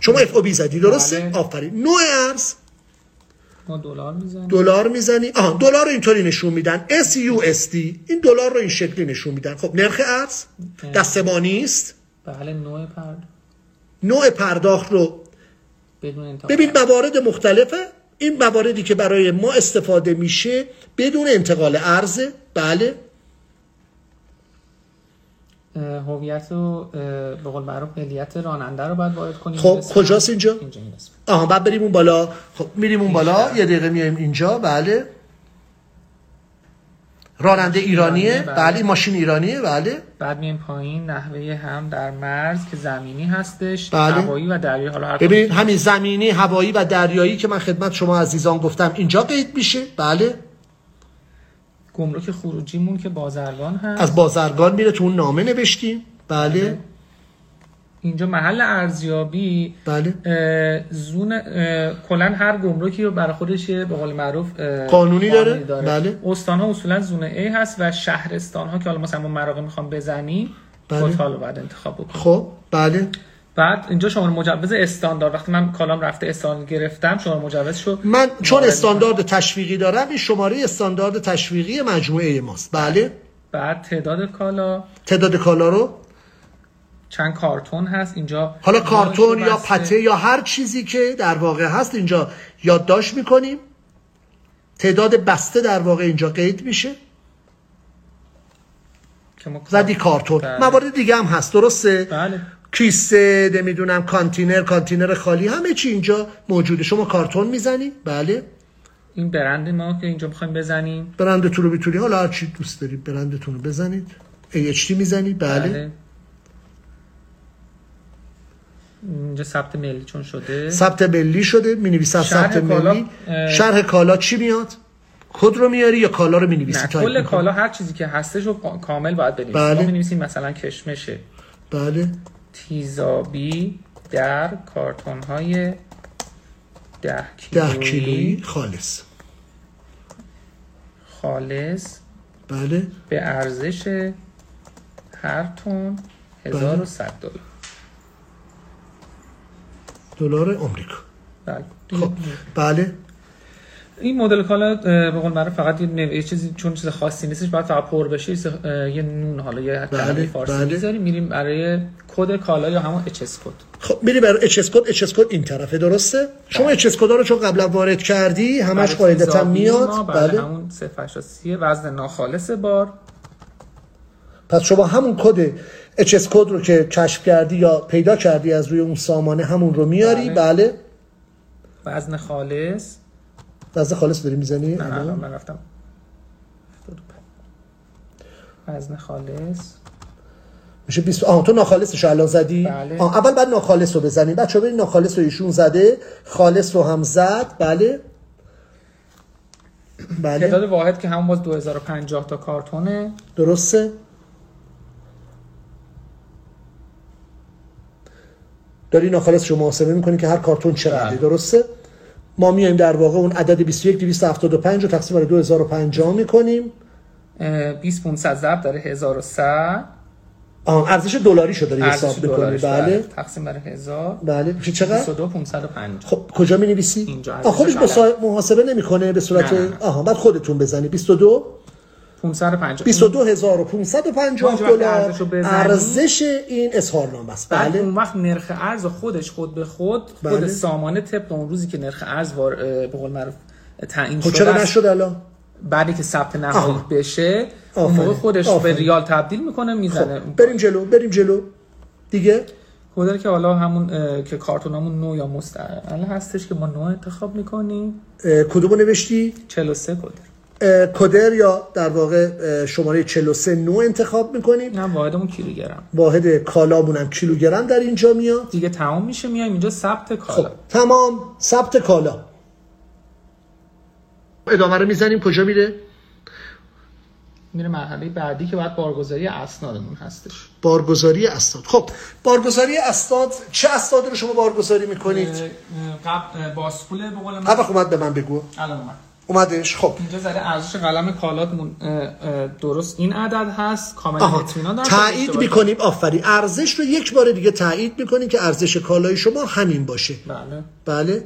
شما اف او بی زدی درسته بله. آفرین نوع ارز ما دلار میزنیم دلار میزنی آها دلار رو اینطوری نشون میدن SUSD این دلار رو این شکلی نشون میدن خب نرخ ارز بله. دستمانی است بله نوع پرد نوع پرداخت رو بدون انتها ببین موارد مختلفه این مواردی که برای ما استفاده میشه بدون انتقال ارز بله اه، هویت و اه، به قول معروف ملیت راننده رو باید وارد کنیم خب، این قسمت. کجاست اینجا؟ اینجا این قسمت. آها بعد بریم اون بالا خب میریم اون بالا یه دقیقه میایم اینجا بله راننده ایرانیه ایرانیه، بله, بله. این ماشین ایرانیه بله بعد میایم پایین نحوه هم در مرز که زمینی هستش بله. هوایی و دریایی حالا هر ببین همین زمینی هوایی و دریایی که من خدمت شما عزیزان گفتم اینجا قید میشه بله کدوم. گمرک خروجیمون که بازرگان هست از بازرگان میره تو اون نامه نوشتیم بله اینجا محل ارزیابی بله اه، زون اه، کلا هر گمرکی رو برای خودش یه به قول معروف اه، قانونی داره؟ بله. استان ها اصولا زون A هست و شهرستان ها که حالا مثلا ما مراقه میخوام بزنیم بله. خودتا رو بعد انتخاب بکنیم خب بله بعد اینجا شماره مجوز استاندارد وقتی من کالام رفته استاندارد گرفتم شماره مجوزشو من چون استاندارد تشویقی دارم این شماره استاندارد تشویقی مجموعه ماست بله بعد تعداد کالا تعداد کالا رو چند کارتون هست اینجا حالا کارتون یا بسته. پته یا هر چیزی که در واقع هست اینجا یادداشت میکنیم تعداد بسته در واقع اینجا قید میشه که ما زدی کارتون بله. موارد دیگه هم هست درسته بله کیسه نمیدونم کانتینر کانتینر خالی همه چی اینجا موجوده شما کارتون میزنی بله این برند ما که اینجا میخوایم بزنیم برندتون رو میتونی حالا هر چی دوست دارید برندتون رو بزنید AHT میزنی بله. بله اینجا ثبت ملی چون شده ثبت ملی شده می نویسن شرح ثبت کالا، ملی اه، شرح کالا چی میاد کد رو میاری یا کالا رو می نه نویسی کل کالا هر چیزی که هستش رو قا- کامل باید بنویسیم بله. ما می‌نویسیم مثلا کشمشه بله تیزابی در کارتون های ده کیلویی ده کیلویی خالص خالص بله به ارزش هر تون 1100 دلار دلار آمریکا بله. خب بله این مدل کالا اه، به قول معروف فقط یه نوع- یه چیزی چون چیز خاصی نیستش بعد فقط پر بشه یه سه- اه، یه نون حالا یه بله، کلمه فارسی بله. می‌ذاریم میریم برای کد کالا یا همون HS کد خب میری برای اچ اس کد اچ اس کد این طرفه درسته شما بله. اچ اس کدا رو چون قبلا وارد کردی همش قاعدتا میاد بله بله همون 083 وزن ناخالص بار پس شما همون کد اچ اس کد رو که کشف کردی یا پیدا کردی از روی اون سامانه همون رو میاری بله وزن خالص وزن خالص داری میزنی نه الان من رفتم 75. وزن خالص بله. میشه 20 آه تو ناخالصش رو الان زدی بله. آه، اول بعد ناخالص رو بزنیم بچه‌ها ببین ناخالص رو ایشون زده خالص رو هم زد بله بله تعداد واحد که همون باز 2050 تا کارتونه درسته داری ناخالص رو محاسبه میکنی که هر کارتون چقدره بله. درسته ما میایم در واقع اون عدد 21 275 رو تقسیم بر 2050 میکنیم 2500 ضرب داره 1100 آه، ارزش دلاری رو داری حساب ارزش میکنی دلارش بله بله تقسیم بر 1000 بله میشه چقدر 22550 خب کجا می نویسی؟ اینجا آه خودش ارزش بله. مسا- محاسبه نمیکنه به صورت نه، نه، نه. آها بعد خودتون بزنی 22 550 22550 ما اگه دلار ارزشو بزنی- ارزش این اظهارنامه است بعد بله اون وقت نرخ ارز خودش خود به خود خود بله. سامانه طبق اون روزی که نرخ ارز وار- اه، به قول معروف تعیین خب شده چرا است، نشد الان بعدی که ثبت نهایی آها. بشه اون آفرین. موقع خودش آفرین. به ریال تبدیل میکنه میزنه خب بریم جلو بریم جلو دیگه کودر که حالا همون اه، که کارتونامون نو یا مستعمل هستش که ما نو انتخاب میکنیم اه، کدومو نوشتی 43 کودر اه، کدر یا در واقع اه، شماره 43 نو انتخاب میکنیم این هم واحدمون کیلوگرم واحد کالامون هم کیلوگرم در اینجا میاد دیگه تمام میشه میایم اینجا ثبت خب کالا تمام ثبت کالا ادامه رو میزنیم کجا میره میره مرحله بعدی که باید بارگذاری اسنادمون هستش بارگذاری اسناد خب بارگذاری اسناد چه اسنادی رو شما بارگذاری میکنید قبل باسکول به قول من هر وقت اومد به من بگو الان من اومدش خب اینجا زده ارزش قلم کالات مون- اه، اه، درست این عدد هست کاملا آها. اطمینان در تایید میکنیم آفرین ارزش رو یک بار دیگه تایید میکنیم که ارزش کالای شما همین باشه بله بله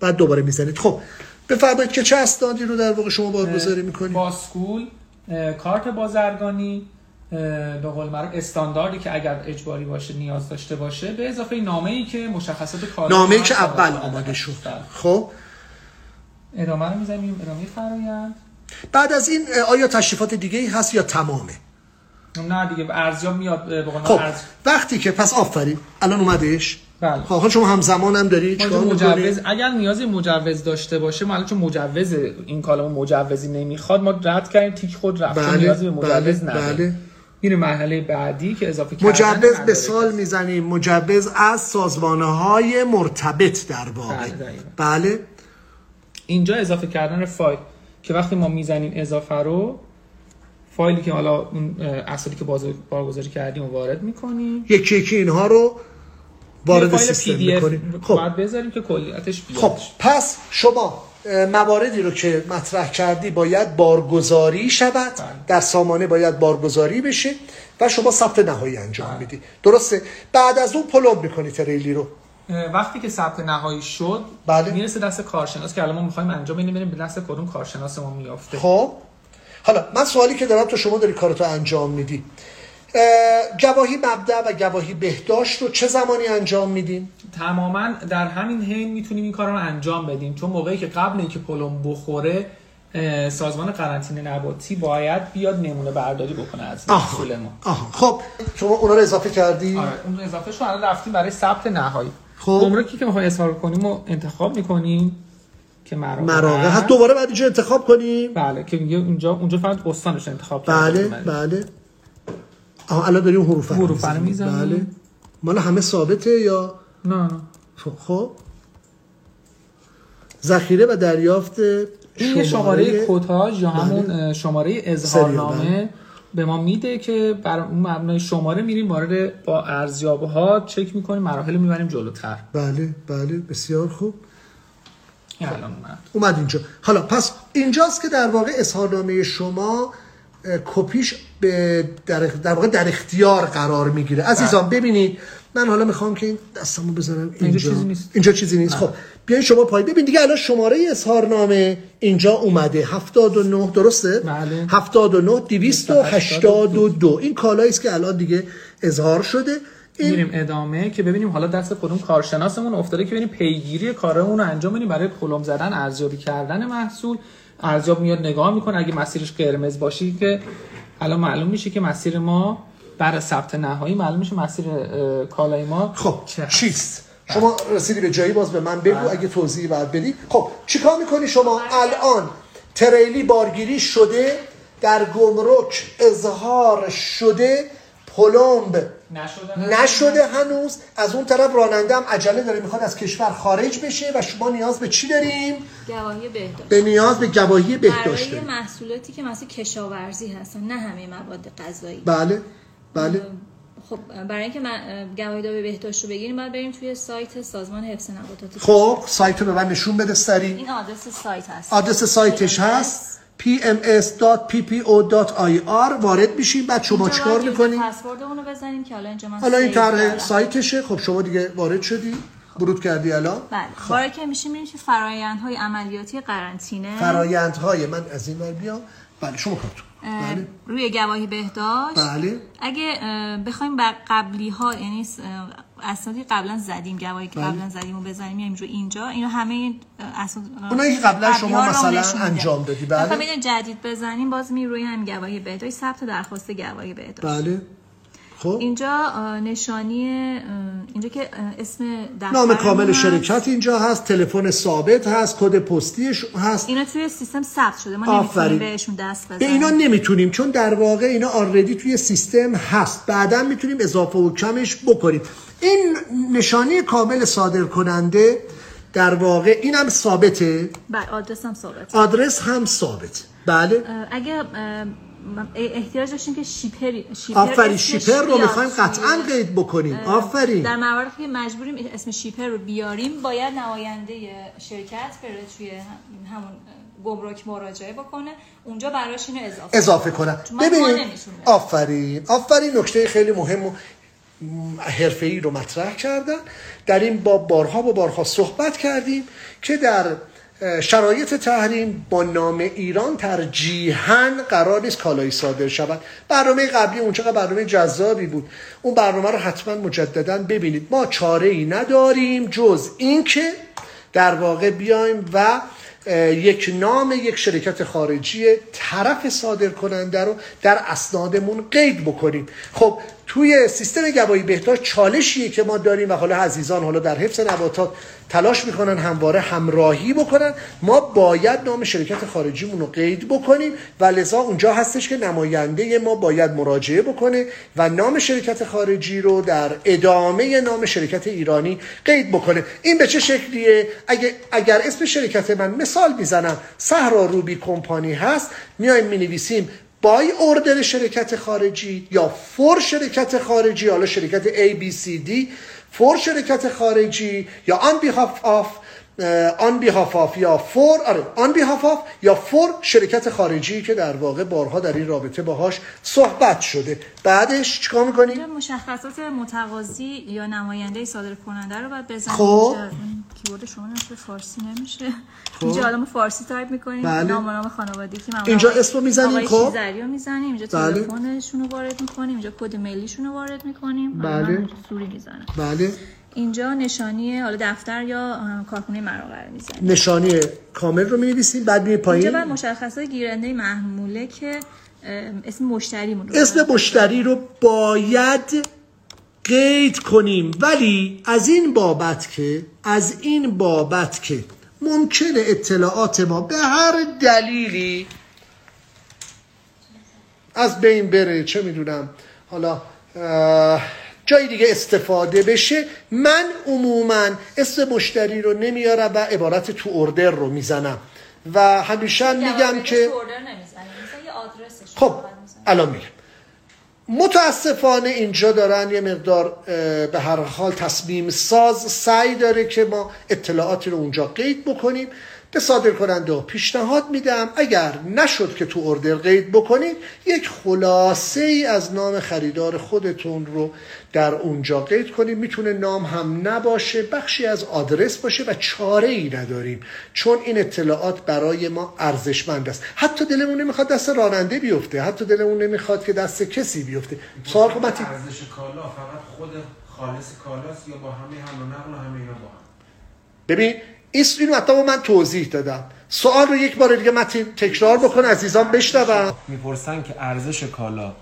بعد دوباره میزنید خب بفرمایید که چه اسنادی رو در واقع شما بارگذاری میکنید باسکول اه، کارت بازرگانی اه، به قول معروف استانداردی که اگر اجباری باشه نیاز داشته باشه به اضافه نامه ای که مشخصات کالا نامه ما که صادر اول کننده آماده است. شد بله. خب ادامه رو میزنیم ادامه فرایند بعد از این اه، آیا تشریفات دیگه ای هست یا تمامه نه دیگه ارزیاب میاد اه، به قول معروف خب ارز- وقتی که پس آفرین الان اومدش بله. خب حالا شما همزمان هم داری ما چیکار اینجا می‌کنی؟ مجوز اگر نیازی مجوز داشته باشه ما الان چون مجوز این کالم مجوزی نمیخواد ما رد کردیم تیک خود رفت چون بله، نیازی به مجوز بله، نداره بله. میره مرحله بعدی که اضافه کردن مجوز به مدارک سال میزنیم مجوز از سازمانه های مرتبط در واقع بله، دقیقاً. بله اینجا اضافه کردن فایل که وقتی ما میزنیم اضافه رو فایلی که حالا اون اه، اصلی که باز- بارگذاری کردیم رو وارد میکنیم یکی یکی اینها رو وارد فایل سیستم PDF میکنیم خب باید بذاریم که کلیتش بیاد خب پس شما اه، مواردی رو که مطرح کردی باید بارگذاری شود بله. در سامانه باید بارگذاری بشه و شما ثبت نهایی انجام بله. میدی درسته بعد از اون پلم میکنی تریلی رو اه، وقتی که ثبت نهایی شد بله. میرسه دست کارشناس که الان ما میخوایم انجام بدیم ببینیم به دست کدوم کارشناس ما میافته خب حالا من سوالی که دارم تو شما داری کارتو انجام میدی اه، گواهی مبدع و گواهی بهداشت رو چه زمانی انجام میدیم تماما در همین حین میتونیم این کار رو انجام بدیم چون موقعی که قبل اینکه پلم بخوره اه، سازمان قرنطینه نباتی باید بیاد نمونه برداری بکنه از محصول ما آها. خب شما اونا رو اضافه کردی آره اون اضافه شو الان رفتیم برای ثبت نهایی خب. گمرکی که میخوای اظهار کنیم و انتخاب میکنیم که مراغه مراقه هست دوباره بعد اینجا انتخاب کنیم بله که میگه اونجا اونجا فقط استانش انتخاب بله کرده. بله آها الان داریم حروف رو حروف رو می‌زنیم. می‌زنیم. بله مال همه ثابته یا نه نه خب- خب ذخیره و دریافت این یه شماره کتاژ یا همون اه، شماره بله. سریال، اظهارنامه به ما میده که بر اون مبنای شماره میریم وارد با ارزیابه ها چک میکنیم مراحل رو میبریم جلوتر بله بله بسیار خوب این بله. الان اومد اومد اینجا حالا پس اینجاست که در واقع اظهارنامه شما اه، کپیش به در, در واقع در اختیار قرار میگیره بله. عزیزان ببینید من حالا میخوام که این دستمو بذارم اینجا چیزی نیست. بله. اینجا چیزی نیست خب بیاین شما پای ببین دیگه الان شماره اظهارنامه اینجا اومده 79 درسته بله. 79 282 این کالایی است که الان دیگه اظهار شده این میریم ادامه که ببینیم حالا دست کدوم کارشناسمون افتاده که ببینیم پیگیری کارمون رو انجام بدیم برای کلم زدن ارزیابی کردن محصول ارزیاب میاد نگاه میکنه اگه مسیرش قرمز باشه که الان معلوم میشه که مسیر ما برای ثبت نهایی معلوم میشه مسیر اه، کالای ما خب چه هست. بله. چیست شما رسیدی به جایی باز به من بگو اگه توضیحی بعد بدی خب چیکار میکنی شما الان تریلی بارگیری شده در گمرک اظهار شده پلمب نشده نشده هنوز از اون طرف راننده هم عجله داره میخواد از کشور خارج بشه و شما نیاز به چی داریم گواهی بهداشت به نیاز به گواهی بهداشت برای داریم محصولاتی که مثل کشاورزی هستن نه همه مواد غذایی بله بله خب برای اینکه من گواهی به بهداشت رو بگیریم باید بریم توی سایت سازمان حفظ نباتات خب سایت رو به من نشون بده سریع این آدرس سایت هست آدرس سایتش هست pms.ppo.ir وارد میشیم بعد شما اینجا چیکار باید میکنیم پسوردمون رو بزنیم که حالا اینجا من حالا این سیو طرح کردم. سایتشه خب شما دیگه وارد شدی ورود کردی الان بله وارد که میشیم میریم که فرایندهای عملیاتی قرنطینه فرایندهای من از این ور بیام بله شما کارتون اه، بله روی گواهی بهداشت بله اگه اه، بخوایم بر قبلی ها یعنی س- اه، اسنادی که قبلا زدیم گواهی که بله. قبلا زدیم و بزنیم میایم رو اینجا اینا همه این اه، اسناد اه، اونایی که قبلا شما قبلی‌ها رو مثلا نشون میده. انجام دادی، بله. بخوایم اینو جدید بزنیم باز می روی هم گواهی بهداشت ثبت درخواست گواهی بهداشت بله خب اینجا اه، نشانی اه، اینجا که اه، اسم دفتر نام کامل شرکت اینجا هست تلفن ثابت هست کد پستیش هست اینا توی سیستم ثبت شده ما آفرین. نمیتونیم بهشون دست بزنیم به اینا نمیتونیم چون در واقع اینا آلردی توی سیستم هست بعدا میتونیم اضافه و کمش بکنیم این نشانی کامل صادر کننده در واقع اینم ثابته بر آدرس هم بله، ثابت آدرس هم ثابت بله اه، اگه اه، احتیاج داشتیم که شیپر شیپر آفرین اسم شیپر رو یعنی بیاد. میخوایم قطعا قید بکنیم آفرین در مواردی که مجبوریم اسم شیپر رو بیاریم باید نماینده شرکت بره توی هم- همون گمرک مراجعه بکنه اونجا براش اینو اضافه اضافه کنن چون من ببین کار نمی‌شون بدم. آفرین آفرین نکته خیلی مهم و حرفه ای رو مطرح کردن در این باب بارها با بارها صحبت کردیم که در اه، شرایط تحریم با نام ایران ترجیحاً قرار نیست کالایی صادر شود برنامه قبلی اون چقدر برنامه جذابی بود اون برنامه رو حتما مجددا ببینید ما چاره ای نداریم جز اینکه در واقع بیایم و اه، یک نام یک شرکت خارجی طرف صادر کننده رو در اسنادمون قید بکنیم خب توی سیستم گواهی بهداشت چالشیه که ما داریم و حالا عزیزان حالا در حفظ نباتات تلاش میکنن همواره همراهی بکنن ما باید نام شرکت خارجیمون رو قید بکنیم و لذا اونجا هستش که نماینده ما باید مراجعه بکنه و نام شرکت خارجی رو در ادامه نام شرکت ایرانی قید بکنه این به چه شکلیه اگه اگر اسم شرکت من مثال میزنم صحرا روبی کمپانی هست میایم مینویسیم بای اوردر شرکت خارجی یا فور شرکت خارجی حالا شرکت ABCD فور شرکت خارجی یا آن بیهاف آف آن بیهاف آف یا فور آره آن بیهاف آف یا فور شرکت خارجی که در واقع بارها در این رابطه باهاش صحبت شده بعدش چیکار میکنیم؟ اینجا مشخصات متقاضی یا نماینده صادر کننده رو باید بزنیم خب. اینجا این کیبورد شما نمیشه فارسی نمیشه اینجا حالا ما فارسی تایپ میکنیم بله. نام و نام خانوادگی که معمولا اینجا آقای- اسم رو می‌زنیم، آقای خب. شیزری رو میزنیم اینجا بله. تلفنشون رو وارد میکنیم اینجا کد ملیشون رو وارد میکنیم بله. سوری میزنم بله اینجا نشانی حالا دفتر یا اه، کارخونه مراقبه رو میزنیم نشانی کامل رو مینویسیم بعد می‌ریم اینجا پایین بعد مشخصات گیرنده محموله که اه، اسم مشتریمون رو اسم مشتری رو باید قید کنیم ولی از این بابت که از این بابت که ممکنه اطلاعات ما به هر دلیلی از بین بره چه میدونم حالا اه، جای دیگه استفاده بشه من عموما اسم مشتری رو نمیارم و عبارت تو اردر رو میزنم و همیشه میگم که اوردر نمیزنیم مثلا یه آدرسش رو خب فقط می‌زنیم. الان میگم متاسفانه اینجا دارن یه مقدار اه، به هر حال تصمیم ساز سعی داره که ما اطلاعاتی رو اونجا قید بکنیم به صادر کننده ها پیشنهاد میدم اگر نشد که تو اردر قید بکنید یک خلاصه ای از نام خریدار خودتون رو در اونجا قید کنید میتونه نام هم نباشه بخشی از آدرس باشه و چاره ای نداریم چون این اطلاعات برای ما ارزشمند است حتی دلمون نمیخواد دست راننده بیفته حتی دلمون نمیخواد که دست کسی بیفته سوال کن، متین. خب، ارزش کالا فقط خود خالص کالاست یا با همه هم و نقل و همه اینا با هم ببین این اینو حتی با من توضیح دادم سوال رو یک بار دیگه متین تکرار بکن عزیزان بشنوم میپرسن که ارزش کالا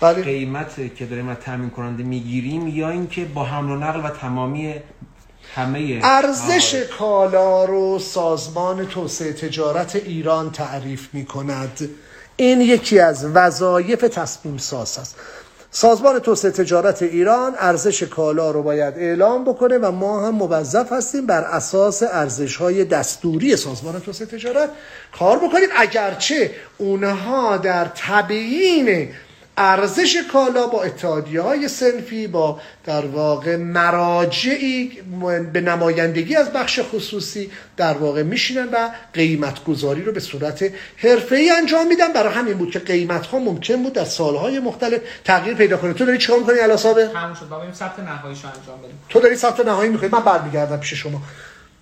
بله قیمت که داریم از تامین کننده میگیریم یا اینکه با حمل و نقل و تمامی همه ارزش موارد. کالا رو سازمان توسعه تجارت ایران تعریف می کند این یکی از وظایف تصمیم ساز است سازمان توسعه تجارت ایران ارزش کالا رو باید اعلام بکنه و ما هم موظف هستیم بر اساس ارزش های دستوری سازمان توسعه تجارت کار بکنیم اگرچه اونها در تبیین ارزش کالا با اتحادیه های سنفی با در واقع مراجعی به نمایندگی از بخش خصوصی در واقع میشینن و قیمت گذاری رو به صورت حرفه ای انجام میدن برای همین بود که قیمت ها ممکن بود در سالهای مختلف تغییر پیدا کنه تو داری چیکار میکنی الا صابر تموم شد بابا بریم ثبت نهاییشو انجام بدیم تو داری ثبت نهایی میکنی من برمیگردم پیش شما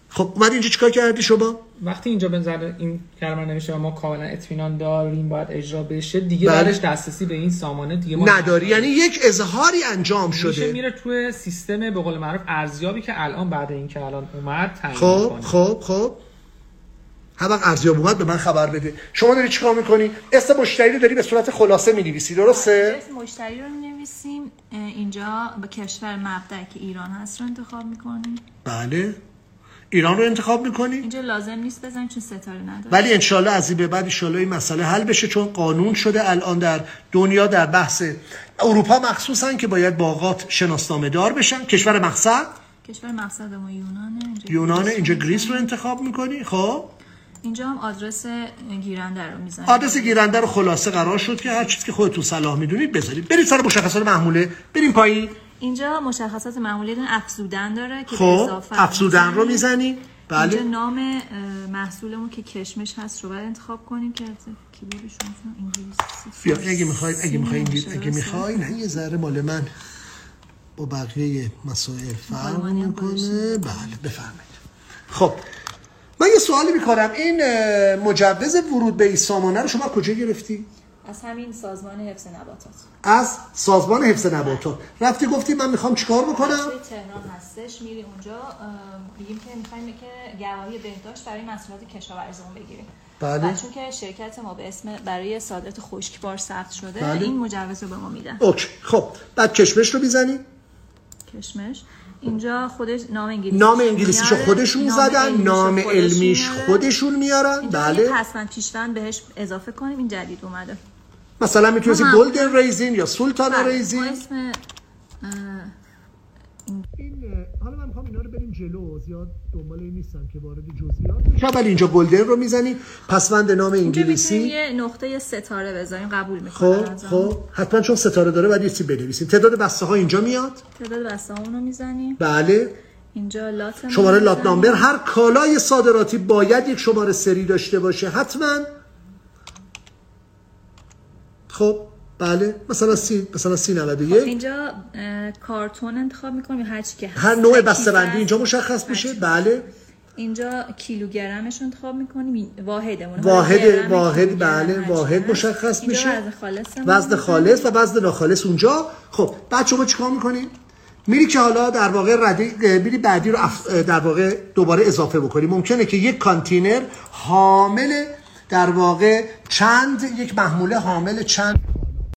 خب اومد اینجا چیکار کردی شما وقتی اینجا بنظر این کلمه نمیشه و ما کاملا اطمینان داریم باید اجرا بشه دیگه بله. بعدش دسترسی به این سامانه دیگه ما نداری یعنی یک اظهاری انجام میشه شده میره توی سیستم به قول معروف ارزیابی که الان بعد این که الان اومد تعیین خب می‌کنه. خب خب هر وقت ارزیاب اومد به من خبر بده شما داری چیکار میکنی اسم مشتری رو داری به صورت خلاصه مینویسی درسته آدرس مشتری رو می‌نویسیم اه، اینجا با کشور مبدع که ایران هست رو انتخاب میکنیم بله ایران رو انتخاب میکنی اینجا لازم نیست بزنیم چون ستاره نداره ولی انشالله از این به بعد انشالله این مسئله حل بشه چون قانون شده الان در دنیا در بحث اروپا مخصوصا که باید باغات شناسنامه دار بشن کشور مقصد کشور مقصد ما یونانه اینجا یونان گریس. اینجا گریس رو انتخاب میکنی خب اینجا هم آدرس گیرنده رو میزنیم آدرس گیرنده رو خلاصه قرار شد که هر چیزی که خودتون صلاح میدونید بذارید برید سر مشخصات محموله بریم پایین اینجا مشخصات معمولیتون افزودن داره که به خب اضافه افزودن رو می‌زنیم. میزنی بله اینجا نام اه، محصولمون که کشمش هست رو باید انتخاب کنیم که از کیبوردشون مثلا انگلیسی بیا اگه میخواید اگه فارسی میخواین اگه نمی‌شه میخواین نه یه ذره مال من با بقیه مسائل فرق مانیم میکنه بله بفرمایید خب من یه سوالی میکنم این اه، مجوز ورود به این سامانه رو شما کجا گرفتی از همین سازمان حفظ نباتات از سازمان حفظ نباتات رفتی گفتی من میخوام چیکار بکنم توی تهران هستش میری اونجا ام، میگیم که میخوایم که گواهی بهداشت برای محصولات کشاورزیمون بگیریم بله. و چون که شرکت ما به اسم برای صادرات خشکبار ثبت شده بله. این مجوز رو به ما میدن اوکی خب بعد کشمش رو میزنی کشمش اینجا خودش نام یعنی انگلیسی نام انگلیسیشو خودشون زدن نام علمیش خودش خودشون میارن بله بله پسمند پیشوند بهش اضافه کنیم این جدید اومده مثلا میتونستی ما معمولا- گلدن ریزین یا سلطان بله، ما ریزین اسم این حالا من میخوام اینا رو بریم جلو زیاد دنبال این نیستم که وارد جزئیات بشم ولی اینجا گلدن رو میزنی پسوند نام اینجا می‌تونیم انگلیسی یه بله، نقطه ستاره بذاریم قبول خب میکنم خب حتما چون ستاره داره باید یه چیزی بنویسیم تعداد بسته ها اینجا میاد تعداد بسته رو میزنیم بله اینجا لات شماره لات نامبر هر کالای صادراتی باید یک شماره سری داشته باشه حتما خب بله مثلا سی مثلا سی خب، 91 اینجا اه، کارتون انتخاب میکنیم هر چی که هست هر نوع کیسه بسته بندی است. اینجا مشخص میشه بله اینجا کیلوگرمش رو انتخاب میکنیم واحدمون واحد- حالا گرم، واحد، کیلوگرم، بله، هرچی واحد هست. مشخص اینجا میشه. وزن خالص وزن خالص و وزن ناخالص اونجا خب بعد شما چیکار میکنین میری که حالا در واقع ردی میری بعدی رو اف- در واقع دوباره اضافه بکنی ممکنه که یک کانتینر حامل در واقع چند یک محموله حامل چند